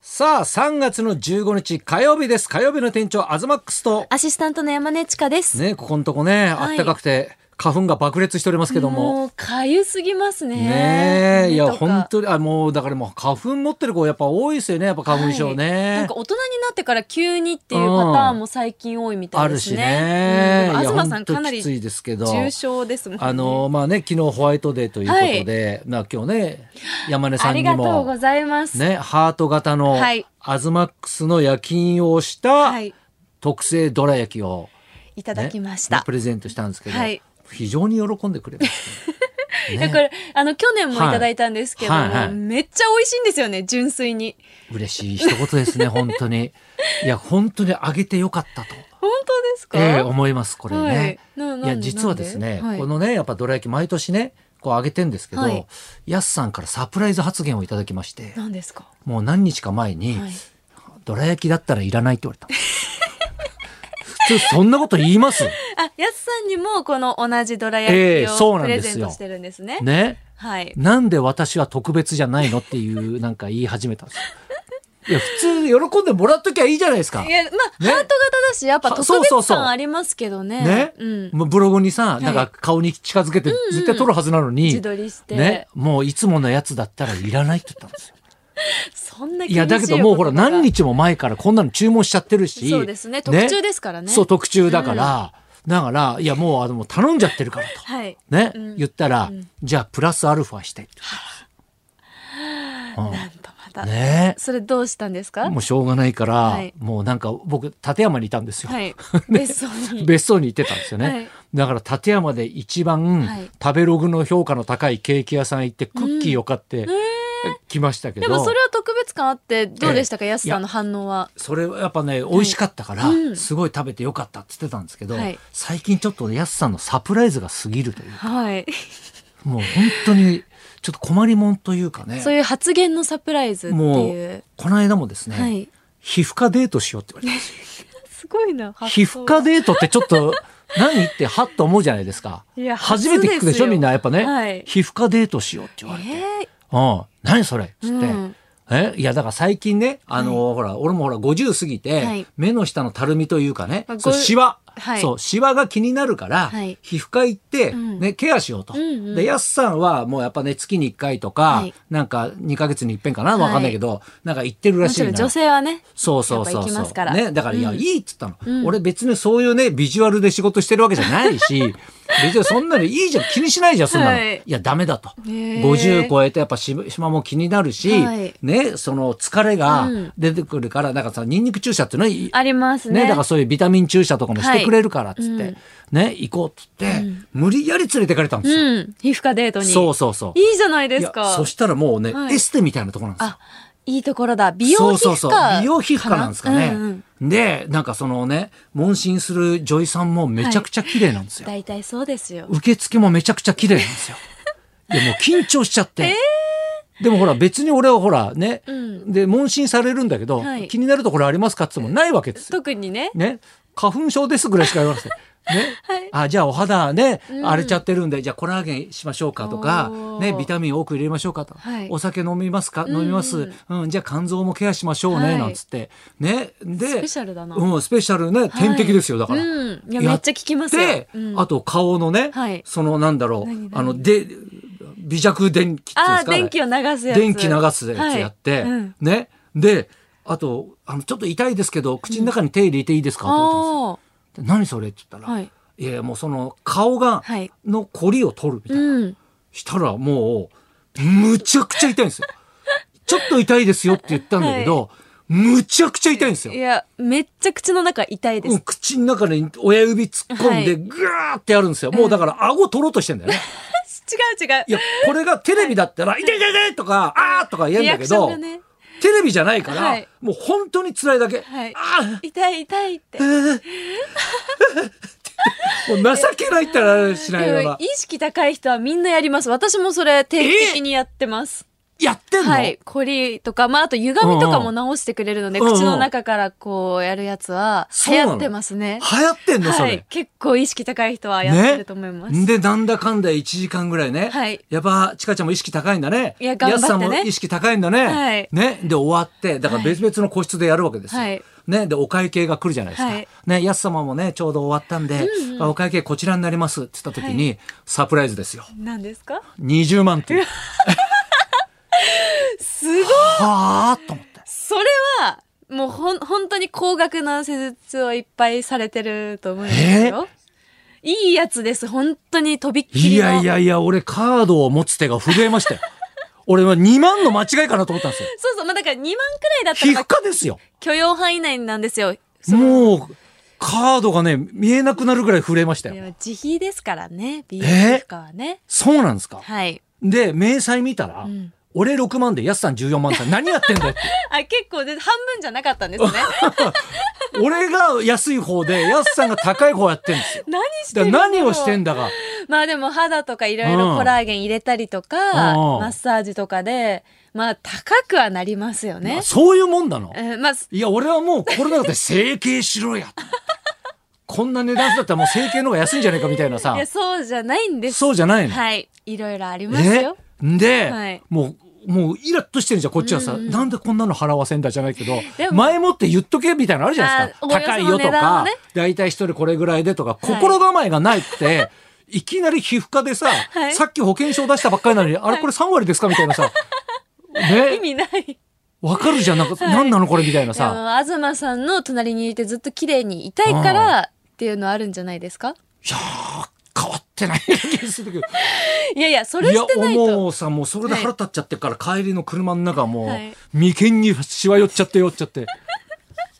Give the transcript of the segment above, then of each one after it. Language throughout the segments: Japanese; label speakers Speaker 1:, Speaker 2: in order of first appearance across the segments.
Speaker 1: さあ、3月の15日火曜日です。火曜日の店長、アズマックスと、
Speaker 2: アシスタントの山根千佳です。
Speaker 1: ね、ここのとこね、あ
Speaker 2: はい
Speaker 1: ったかくて、花粉が爆裂しておりますけども。
Speaker 2: うかゆすぎますね。
Speaker 1: ねえ、いや、
Speaker 2: 胸とか
Speaker 1: 本当に、あ、もう、だからもう、花粉持ってる子、やっぱ多いですよね、やっぱ花粉症
Speaker 2: はいな
Speaker 1: ね
Speaker 2: んか。大人になってから急にっていうパターンも最近多いみた
Speaker 1: あ
Speaker 2: いで
Speaker 1: る
Speaker 2: す
Speaker 1: し
Speaker 2: ね
Speaker 1: ね。。
Speaker 2: うん
Speaker 1: い
Speaker 2: で
Speaker 1: や
Speaker 2: も東さんかな
Speaker 1: ほとき
Speaker 2: り
Speaker 1: ついですけど。
Speaker 2: 重症ですもんね。
Speaker 1: あの、まあね、昨日ホワイトデーということで、まあ今日ね、山根さ
Speaker 2: あ
Speaker 1: んに
Speaker 2: り
Speaker 1: も。
Speaker 2: がとうございます。
Speaker 1: ね、ハート型の
Speaker 2: はい
Speaker 1: アズマックスの夜勤をした
Speaker 2: はい、
Speaker 1: 特製どら焼きを、
Speaker 2: いた
Speaker 1: ね
Speaker 2: だきました。
Speaker 1: ねプレゼントしたんですけど、
Speaker 2: はい
Speaker 1: 非常に喜んでくれました ね、
Speaker 2: いやこれあの去年もいただいたんですけども、
Speaker 1: はいはいはい
Speaker 2: めっちゃ美味しいんですよね純粋に
Speaker 1: 嬉しい一言です ね本当にいや本当にあげてよかったと、
Speaker 2: 本当ですか、
Speaker 1: ええ思いますこれ
Speaker 2: は
Speaker 1: ね
Speaker 2: い、ななん
Speaker 1: いや実はですね、
Speaker 2: なんで
Speaker 1: このねやっぱどら焼き毎年ねこうあげてんですけど、
Speaker 2: はい
Speaker 1: やすさんからサプライズ発言をいただきまして
Speaker 2: 何ですか、
Speaker 1: もう何日か前に、
Speaker 2: はい
Speaker 1: どら焼きだったらいらないって言われた 普通そんなこと言います
Speaker 2: あ、やすさんにもこの同じどら焼
Speaker 1: ええ
Speaker 2: き
Speaker 1: そう
Speaker 2: を
Speaker 1: なん
Speaker 2: プ
Speaker 1: で
Speaker 2: レ
Speaker 1: すよ
Speaker 2: ゼントしてるんですね。
Speaker 1: ね
Speaker 2: はい。
Speaker 1: なんで私は特別じゃないのっていうなんか言い始め たんですよいや普通喜んでもらっときゃいいじゃないですか
Speaker 2: いや、まあ、
Speaker 1: ね
Speaker 2: ハート型だし、やっぱ特
Speaker 1: そうそう
Speaker 2: 別
Speaker 1: そう
Speaker 2: 感ありますけどね。
Speaker 1: ね、
Speaker 2: うん。
Speaker 1: もうブログにさ
Speaker 2: い
Speaker 1: なんか顔に近づけて絶対撮るはずなのに、
Speaker 2: 自撮りして。
Speaker 1: ね、もういつものやつだったらいらないって言ったんです よ。
Speaker 2: そんな厳し
Speaker 1: いやだけどもうほら何日も前からこんなの注文しちゃってるし
Speaker 2: そうですね。特注ですからね。
Speaker 1: そう特注だから、だからいやもうあのもう頼んじゃってるからと、
Speaker 2: はい。
Speaker 1: ね、
Speaker 2: うん
Speaker 1: 言ったら、じゃあプラスアルファしてって言ったんですよ
Speaker 2: なんとまた。
Speaker 1: うんね
Speaker 2: それどうしたんですか
Speaker 1: もうしょうがないから、
Speaker 2: はい
Speaker 1: もうなんか僕立山にいたんですよ、
Speaker 2: はい。 別荘に。
Speaker 1: 別荘に行ってたんですよね、
Speaker 2: はい
Speaker 1: だから立山で一番、
Speaker 2: はい
Speaker 1: 食べログの評価の高いケーキ屋さん行ってクッキーを買ってきましたけど、
Speaker 2: でもそれは特別感あって、どうでしたか、
Speaker 1: ええ
Speaker 2: やすさんの反応は。
Speaker 1: それはやっぱね美味しかったから、
Speaker 2: うん
Speaker 1: すごい食べてよかったって言ってたんですけど、
Speaker 2: はい
Speaker 1: 最近ちょっとやすさんのサプライズが過ぎるという
Speaker 2: はい。
Speaker 1: もう本当にちょっと困りもんというかね
Speaker 2: そういう発言のサプライズって
Speaker 1: も
Speaker 2: いうう。
Speaker 1: この間もですね、
Speaker 2: はい。
Speaker 1: 皮膚科デートしようって言われたんですよ
Speaker 2: すごいな。発
Speaker 1: 皮
Speaker 2: 想
Speaker 1: 膚科デートってちょっと 何ってはっと思うじゃないですか
Speaker 2: いや
Speaker 1: 初めて聞くでしょ
Speaker 2: 初ですよ
Speaker 1: みんなやっぱね、
Speaker 2: はい
Speaker 1: 皮膚科デートしようって言われて、
Speaker 2: ええ
Speaker 1: うん何それっつって、
Speaker 2: うん
Speaker 1: えいやだから最近ねあのほら俺もほら50過ぎて、
Speaker 2: はい
Speaker 1: 目の下のたるみというかね、
Speaker 2: まあ
Speaker 1: そう
Speaker 2: ご
Speaker 1: シワ、
Speaker 2: はい
Speaker 1: そうシワが気になるから、
Speaker 2: はい
Speaker 1: 皮膚科行って、
Speaker 2: うん
Speaker 1: ねケアしようと、
Speaker 2: うんうん
Speaker 1: でやすさんはもうやっぱね月に1回とか、
Speaker 2: はい
Speaker 1: なんか2ヶ月に一遍かなわかんないけど、なんか行ってるら
Speaker 2: も
Speaker 1: しい
Speaker 2: ちろ
Speaker 1: なん
Speaker 2: 女性はね。
Speaker 1: そうそうそう
Speaker 2: やっぱ行
Speaker 1: そ
Speaker 2: き
Speaker 1: う。
Speaker 2: ますから
Speaker 1: ね、だから、いや、
Speaker 2: うん
Speaker 1: いいっつったの、
Speaker 2: うん
Speaker 1: 俺別にそういうね、ビジュアルで仕事してるわけじゃない し、別にそんなのいいじゃん、気にしないじゃん、そんなの。
Speaker 2: はい
Speaker 1: い、や、ダメだと。
Speaker 2: へー
Speaker 1: 50超えてやっぱし島も気になるし、
Speaker 2: はい
Speaker 1: ね、その疲れが
Speaker 2: うん
Speaker 1: 出てくるから、だからさ、ニンニク注射っていうのはい
Speaker 2: ありますね。
Speaker 1: ね、だからそういうビタミン注射とかもしてくれるからっつって、
Speaker 2: はいうん
Speaker 1: ね、行こうっつって、無理やり連れてかれたんですよ。
Speaker 2: うん。皮膚科デートに。
Speaker 1: そうそうそう。
Speaker 2: いいじゃないで
Speaker 1: い
Speaker 2: す
Speaker 1: や
Speaker 2: か
Speaker 1: そ。したらもうね、
Speaker 2: はい
Speaker 1: エステみたいなところなんですよ
Speaker 2: あ、いいところだ。美容皮膚科。
Speaker 1: そうそうそう美容皮膚科なんですかね、
Speaker 2: うんうん
Speaker 1: でなんかそのね問診する女医さんもめちゃくちゃ綺麗なんですよ、
Speaker 2: 大体そうですよ。
Speaker 1: 受付もめちゃくちゃ綺麗なんです よいやもう緊張しちゃって、でもほら別に俺はほらね、
Speaker 2: うん
Speaker 1: で問診されるんだけど、
Speaker 2: はい
Speaker 1: 気になるところありますかって言ってもないわけですよ、
Speaker 2: 特にね。
Speaker 1: ね花粉症ですぐらいしか言わなくてね、
Speaker 2: はい
Speaker 1: あじゃあお肌ね、
Speaker 2: うん
Speaker 1: 荒れちゃってるんでじゃあコラーゲンしましょうかとか
Speaker 2: お、ー
Speaker 1: ね、ビタミン多く入れましょうかと、
Speaker 2: はい
Speaker 1: お酒飲みますか、
Speaker 2: うん
Speaker 1: 飲みます、うん、じゃあ肝臓もケアしましょうね、
Speaker 2: はい
Speaker 1: なんつってね
Speaker 2: ス
Speaker 1: で
Speaker 2: ペシャルだな。
Speaker 1: うん、スペシャルね点滴ですよ、だから。
Speaker 2: うん。いや、
Speaker 1: や
Speaker 2: め
Speaker 1: っ
Speaker 2: っちゃ聞きますよ。
Speaker 1: で、
Speaker 2: うん
Speaker 1: あと顔のね、
Speaker 2: はい
Speaker 1: そのなんだろう
Speaker 2: 何何
Speaker 1: あので微弱電気っていうんで
Speaker 2: あ
Speaker 1: す
Speaker 2: ー
Speaker 1: かあれ
Speaker 2: 電気を流すやつ。
Speaker 1: 電気流すやつやって、
Speaker 2: はいうん
Speaker 1: ねであとあのちょっと痛いですけど口の中に手入れていいですか、って言われたんですよで
Speaker 2: あ
Speaker 1: 何それって言った
Speaker 2: あ。
Speaker 1: ら、、
Speaker 2: はいい。
Speaker 1: やいやもうその顔が、
Speaker 2: はい。
Speaker 1: のコリを取るみたいな、
Speaker 2: うん。
Speaker 1: したらもうむちゃくちゃ痛いんです よちょっと痛いですよって言ったんだけど、むちゃくちゃ痛いんですよ
Speaker 2: いや、めっちゃ口の中痛いで
Speaker 1: うん
Speaker 2: す。
Speaker 1: 口の中に親指突っ込ん
Speaker 2: は
Speaker 1: で
Speaker 2: い
Speaker 1: グーってやるんですよ、もうだから顎取ろうとしてんだよね
Speaker 2: 違う違う。
Speaker 1: いやこれがテレビだったら「痛い痛い痛い!」とか「あー!」とか言うん
Speaker 2: リア
Speaker 1: だ
Speaker 2: ク
Speaker 1: け
Speaker 2: ション
Speaker 1: ど、
Speaker 2: がね。
Speaker 1: テレビじゃないから、
Speaker 2: はい
Speaker 1: もう本当に辛いだけ、
Speaker 2: はい
Speaker 1: あ
Speaker 2: 痛い痛 いって。
Speaker 1: あもう情けないったらしないよう
Speaker 2: でも
Speaker 1: な
Speaker 2: 意識高い人はみんなやります。私もそれ定期的にやってます。
Speaker 1: やってんの、
Speaker 2: はい。コリとか、まあ、あと歪みとかも直してくれるので、
Speaker 1: うんうん
Speaker 2: 口の中からこうやるやつは、
Speaker 1: そう
Speaker 2: 流
Speaker 1: なの
Speaker 2: 行ってますね。
Speaker 1: 流行ってんのそ
Speaker 2: は
Speaker 1: れ、
Speaker 2: い。結構意識高い人はやってると思います。
Speaker 1: で、なんだかんだ1時間ぐらいね。
Speaker 2: はい
Speaker 1: やっぱ、ちかちゃんも意識高いんだね。
Speaker 2: いや頑張っ
Speaker 1: や
Speaker 2: てね
Speaker 1: すさんも意識高いんだね。
Speaker 2: はい
Speaker 1: ね。で、終わって、だから別々の個室でやるわけですよ。
Speaker 2: はい
Speaker 1: ね。で、お会計が来るじゃないですか。
Speaker 2: はい
Speaker 1: ね。やす様もね、ちょうど終わったんで、あお会計こちらになりますって言った時に、サプライズですよ。
Speaker 2: 何ですか
Speaker 1: 20万っていう。
Speaker 2: すごい
Speaker 1: はぁと思って。
Speaker 2: それは、もうほん、本当に高額な施術をいっぱいされてると思うんですよ。いいやつです。本当にとびっき
Speaker 1: い
Speaker 2: りの。
Speaker 1: やいやいや、俺カードを持つ手が震えましたよ。 俺は2万の間違いかなと思ったん ですよ。
Speaker 2: そうそう。まあ、だから2万くらいだった
Speaker 1: 皮
Speaker 2: らま
Speaker 1: 膚
Speaker 2: あ
Speaker 1: 科ですよ。
Speaker 2: 許容範囲内なんですよ。その
Speaker 1: もう、カードがね、見えなくなるぐらい震えました
Speaker 2: い
Speaker 1: よ。
Speaker 2: や自費ですからね、美容
Speaker 1: え
Speaker 2: 皮膚科はね。
Speaker 1: そうなんですか
Speaker 2: はい。
Speaker 1: で、明細見たら、
Speaker 2: ん
Speaker 1: 俺6万で、やすさん14万さん、何やってん だよって。
Speaker 2: あ、結構で、半分じゃなかったんですね。
Speaker 1: 俺が安い方で、やすさんが高い方やってんですよ。
Speaker 2: 何して
Speaker 1: だ
Speaker 2: る
Speaker 1: から何をして
Speaker 2: ん
Speaker 1: ん
Speaker 2: だ
Speaker 1: だが、
Speaker 2: ろうまあでも肌とかいろいうろ
Speaker 1: ん
Speaker 2: コラーゲン入れたりとか、
Speaker 1: うん
Speaker 2: マッサージとかで、まあ高くはなりますよ
Speaker 1: ま
Speaker 2: ね
Speaker 1: あ。そういうもんなの。
Speaker 2: うんまあ、
Speaker 1: いや、俺はもうコロナ禍で整形しろやと 思って。こんな値段だったらもう整形の方が安いんじゃないかみたいなさ
Speaker 2: いや、。そうじゃないんです。
Speaker 1: そうじゃないの。
Speaker 2: はい。いろいろありますよ。
Speaker 1: えで、
Speaker 2: はい
Speaker 1: もう、もうイラッとしてるじゃん、こっちはさ、なんでこんなの払わせんだじゃないけど
Speaker 2: で、も
Speaker 1: 前もって言っとけみたいなのあるじゃないですか。
Speaker 2: あーおおよそ
Speaker 1: 高いよと
Speaker 2: の値段
Speaker 1: か、
Speaker 2: をね
Speaker 1: 大体一人これぐらいでとか、
Speaker 2: い
Speaker 1: 心構えがないって、 い、きなり皮膚科でさ、
Speaker 2: い
Speaker 1: さっき保険証出したばっかりなのに、あれこれ3割ですかみたいな さ、
Speaker 2: 意
Speaker 1: ね、
Speaker 2: 味ない。
Speaker 1: わかるじゃん、なんか、なんなのこれみたいな
Speaker 2: でも
Speaker 1: さ。、
Speaker 2: 東さんの隣にいてずっと綺麗にいたいから、っていうのあるんじゃないですか
Speaker 1: いやー、変わってない気がするけ ど。
Speaker 2: いやいや、それしてない
Speaker 1: いや、
Speaker 2: と。
Speaker 1: もうさ、もうそれで腹立っちゃってから、帰りの車の中もう、
Speaker 2: はい
Speaker 1: 眉間にシワ寄っちゃって寄っちゃ って、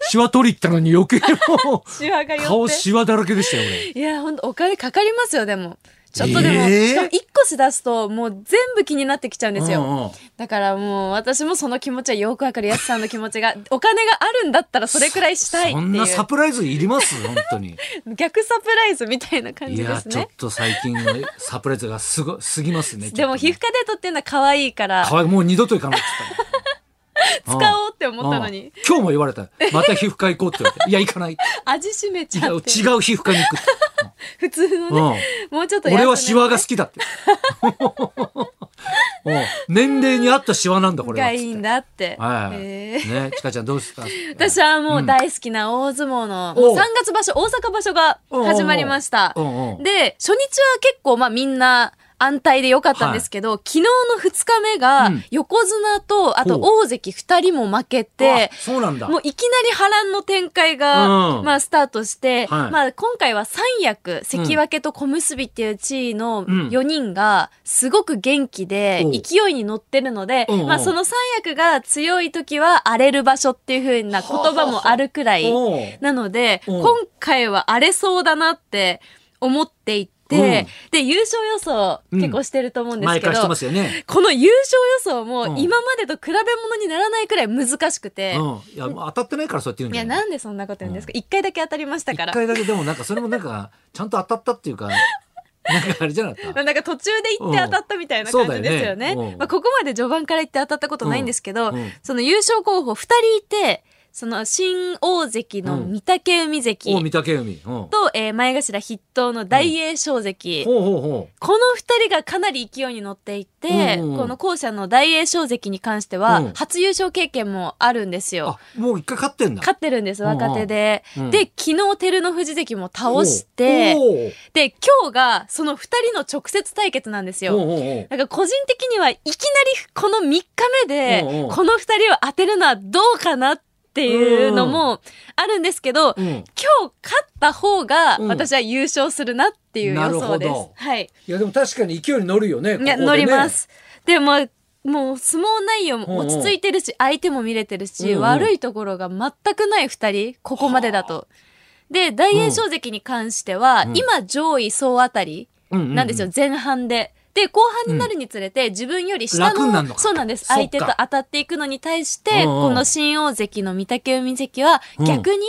Speaker 1: シワ取り行ったのに余計もう、
Speaker 2: シワが寄って
Speaker 1: 顔シワだらけでしたよ、俺。
Speaker 2: いや、ほんとお金かかりますよ、でも。ちょっとでも、
Speaker 1: えー
Speaker 2: しかも1個しだすと、もう全部気になってきちゃうんですよ。
Speaker 1: うんうん
Speaker 2: だからもう、私もその気持ちはよくわかる。やすさんの気持ちが、お金があるんだったらそれくらいしたいって
Speaker 1: そんなサ
Speaker 2: い
Speaker 1: プライズいります本当に。
Speaker 2: う、逆サプライズみたいな感
Speaker 1: い
Speaker 2: じで
Speaker 1: や、
Speaker 2: す
Speaker 1: ちょっ
Speaker 2: ね。
Speaker 1: と最近のサプライズがすご、すぎますね。
Speaker 2: でも、皮膚
Speaker 1: 科。
Speaker 2: 科デートっていうのは可愛いから、
Speaker 1: かわいいもう二度と行かないって言
Speaker 2: 使
Speaker 1: ったの。
Speaker 2: おうって
Speaker 1: うん
Speaker 2: 思ったのに、
Speaker 1: うん今日も言われた。また皮膚科行こうって言われて。いや、行かない。
Speaker 2: 味しめ ち
Speaker 1: いや
Speaker 2: ゃ
Speaker 1: 違
Speaker 2: っ
Speaker 1: う
Speaker 2: て。
Speaker 1: 皮膚科に行 くって。
Speaker 2: 普通のね、もうちょっと安め
Speaker 1: 俺はシワが好きだ って。おう年齢に合ったシワなんだ、これは。
Speaker 2: がいいんだって。
Speaker 1: はい。
Speaker 2: へー
Speaker 1: ね、ちかちゃんどうした
Speaker 2: 私はもう大好きな大相撲の、
Speaker 1: おう
Speaker 2: 3月場所、大阪場所が始まりました。
Speaker 1: おうおうおう
Speaker 2: で、初日は結構まあみんな安泰で良かったんですけど、昨日の2日目
Speaker 1: う
Speaker 2: が
Speaker 1: ん
Speaker 2: 横綱と、あと
Speaker 1: ほ
Speaker 2: 大関2人も負けて
Speaker 1: あ、そうなんだ。
Speaker 2: もういきなり波乱の展開が、
Speaker 1: うん
Speaker 2: まあスタートして、
Speaker 1: はい
Speaker 2: まあ今回は三役、関脇と小結っていう地位の
Speaker 1: うん
Speaker 2: 4人がすごく元気で
Speaker 1: おう
Speaker 2: 勢いに乗ってるので、
Speaker 1: うんうん
Speaker 2: まあその三役が強い時は荒れる場所っていう風な言葉もあるくらい、
Speaker 1: おう
Speaker 2: なので、
Speaker 1: うん
Speaker 2: 今回は荒れそうだなって思っていて、で、優勝予想結構してると思うんです
Speaker 1: 毎
Speaker 2: けど、
Speaker 1: 回してますよね。
Speaker 2: この優勝予想
Speaker 1: う
Speaker 2: も
Speaker 1: ん
Speaker 2: 今までと比べ物にならないくらい難しく
Speaker 1: う
Speaker 2: て、
Speaker 1: ん。いや、もう当たってないからそうやって言うんじ
Speaker 2: いや、
Speaker 1: ゃない
Speaker 2: なんでそんなこと言うんですか一、回だけ当たりましたから
Speaker 1: 一。回だけでもなんか、それもなんか、ちゃんと当たったっていう か、なんかあれじゃなかっ
Speaker 2: ま
Speaker 1: た。
Speaker 2: あなんか途中で行って当たったみたいな
Speaker 1: うん
Speaker 2: 感じですよ
Speaker 1: そ
Speaker 2: ね。
Speaker 1: うだよねうん
Speaker 2: まあ、ここまで序盤から行って当たったことないんですけど、
Speaker 1: うんうん
Speaker 2: その優勝候補2人いて、その新大関の御嶽海関
Speaker 1: おう、御嶽海。うん。ほう
Speaker 2: と、えー前頭筆頭の大栄翔関、
Speaker 1: ほうほ
Speaker 2: この二人がかなり勢いに乗っていて、
Speaker 1: うんうん
Speaker 2: この後者の大栄翔関に関しては、
Speaker 1: うん
Speaker 2: 初優勝経験もあるんです
Speaker 1: う。
Speaker 2: よ
Speaker 1: あ。、もう一回勝ってんだ。
Speaker 2: 勝ってるんです、
Speaker 1: うんうん
Speaker 2: 若手で。
Speaker 1: うん
Speaker 2: で、昨日照ノ富士関も倒して、
Speaker 1: おう
Speaker 2: で、今日がその二人の直接対決なんです
Speaker 1: おう
Speaker 2: よ。
Speaker 1: おうおう
Speaker 2: なんか個人的にはいきなりこの3日目
Speaker 1: うんうん
Speaker 2: で、この二人を当てるのはどうかなっていうのもあるんですけど、
Speaker 1: おううん。
Speaker 2: 今日勝った方が
Speaker 1: うん
Speaker 2: 私は優勝するなっていう予想
Speaker 1: なる
Speaker 2: です。
Speaker 1: ほど
Speaker 2: はい。
Speaker 1: いや、でも確かに勢いに乗るよね。
Speaker 2: いや、
Speaker 1: ここ
Speaker 2: 乗
Speaker 1: でね
Speaker 2: りま。す。でも、もう相撲内容も
Speaker 1: うんうん
Speaker 2: 落ち着いてるし、相手も見れてるし、
Speaker 1: うんうん
Speaker 2: 悪いところが全くない二人、ここまでだと。で、大栄翔関に関しては、
Speaker 1: うん
Speaker 2: 今上位総当たり
Speaker 1: ううう
Speaker 2: なんですよ、前半で。で、後半になるにつれて、自分より下
Speaker 1: 楽になるの
Speaker 2: の、
Speaker 1: か
Speaker 2: そうなんです。
Speaker 1: そっか
Speaker 2: 相手と当たっていくのに対して、
Speaker 1: うんうん
Speaker 2: この新大関の御嶽海関は
Speaker 1: うん
Speaker 2: 逆に、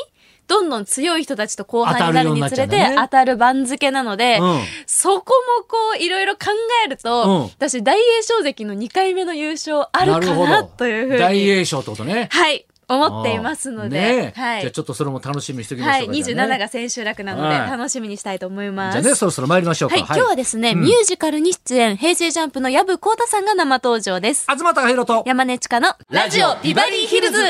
Speaker 2: どんどん強い人たちと後輩になるに
Speaker 1: 当たるようになっ
Speaker 2: つれ
Speaker 1: ちゃうん
Speaker 2: て
Speaker 1: だね
Speaker 2: 当たる番付なので、
Speaker 1: うん
Speaker 2: そこもこういろいろ考えると、
Speaker 1: うん
Speaker 2: 私大栄翔関の2回目の優勝あるかなというふう
Speaker 1: 大
Speaker 2: に、
Speaker 1: 栄翔ってことね。
Speaker 2: はい、思っていますので、
Speaker 1: ねえ
Speaker 2: はい
Speaker 1: じゃあちょっとそれも楽しみにしておきま
Speaker 2: は
Speaker 1: しょ
Speaker 2: い、
Speaker 1: うか。じゃあ
Speaker 2: 27
Speaker 1: ね
Speaker 2: が千秋楽なので
Speaker 1: はい
Speaker 2: 楽しみにしたいと思いま
Speaker 1: じゃ
Speaker 2: す。
Speaker 1: あね、そろそろ参りましょうか。
Speaker 2: はい、今日はですね、
Speaker 1: うん
Speaker 2: ミュージカルに出演、平成ジャンプの藪浩太さんが生登場です。
Speaker 1: 東隆弘と。
Speaker 2: 山根千佳のラジオビバリーヒルズ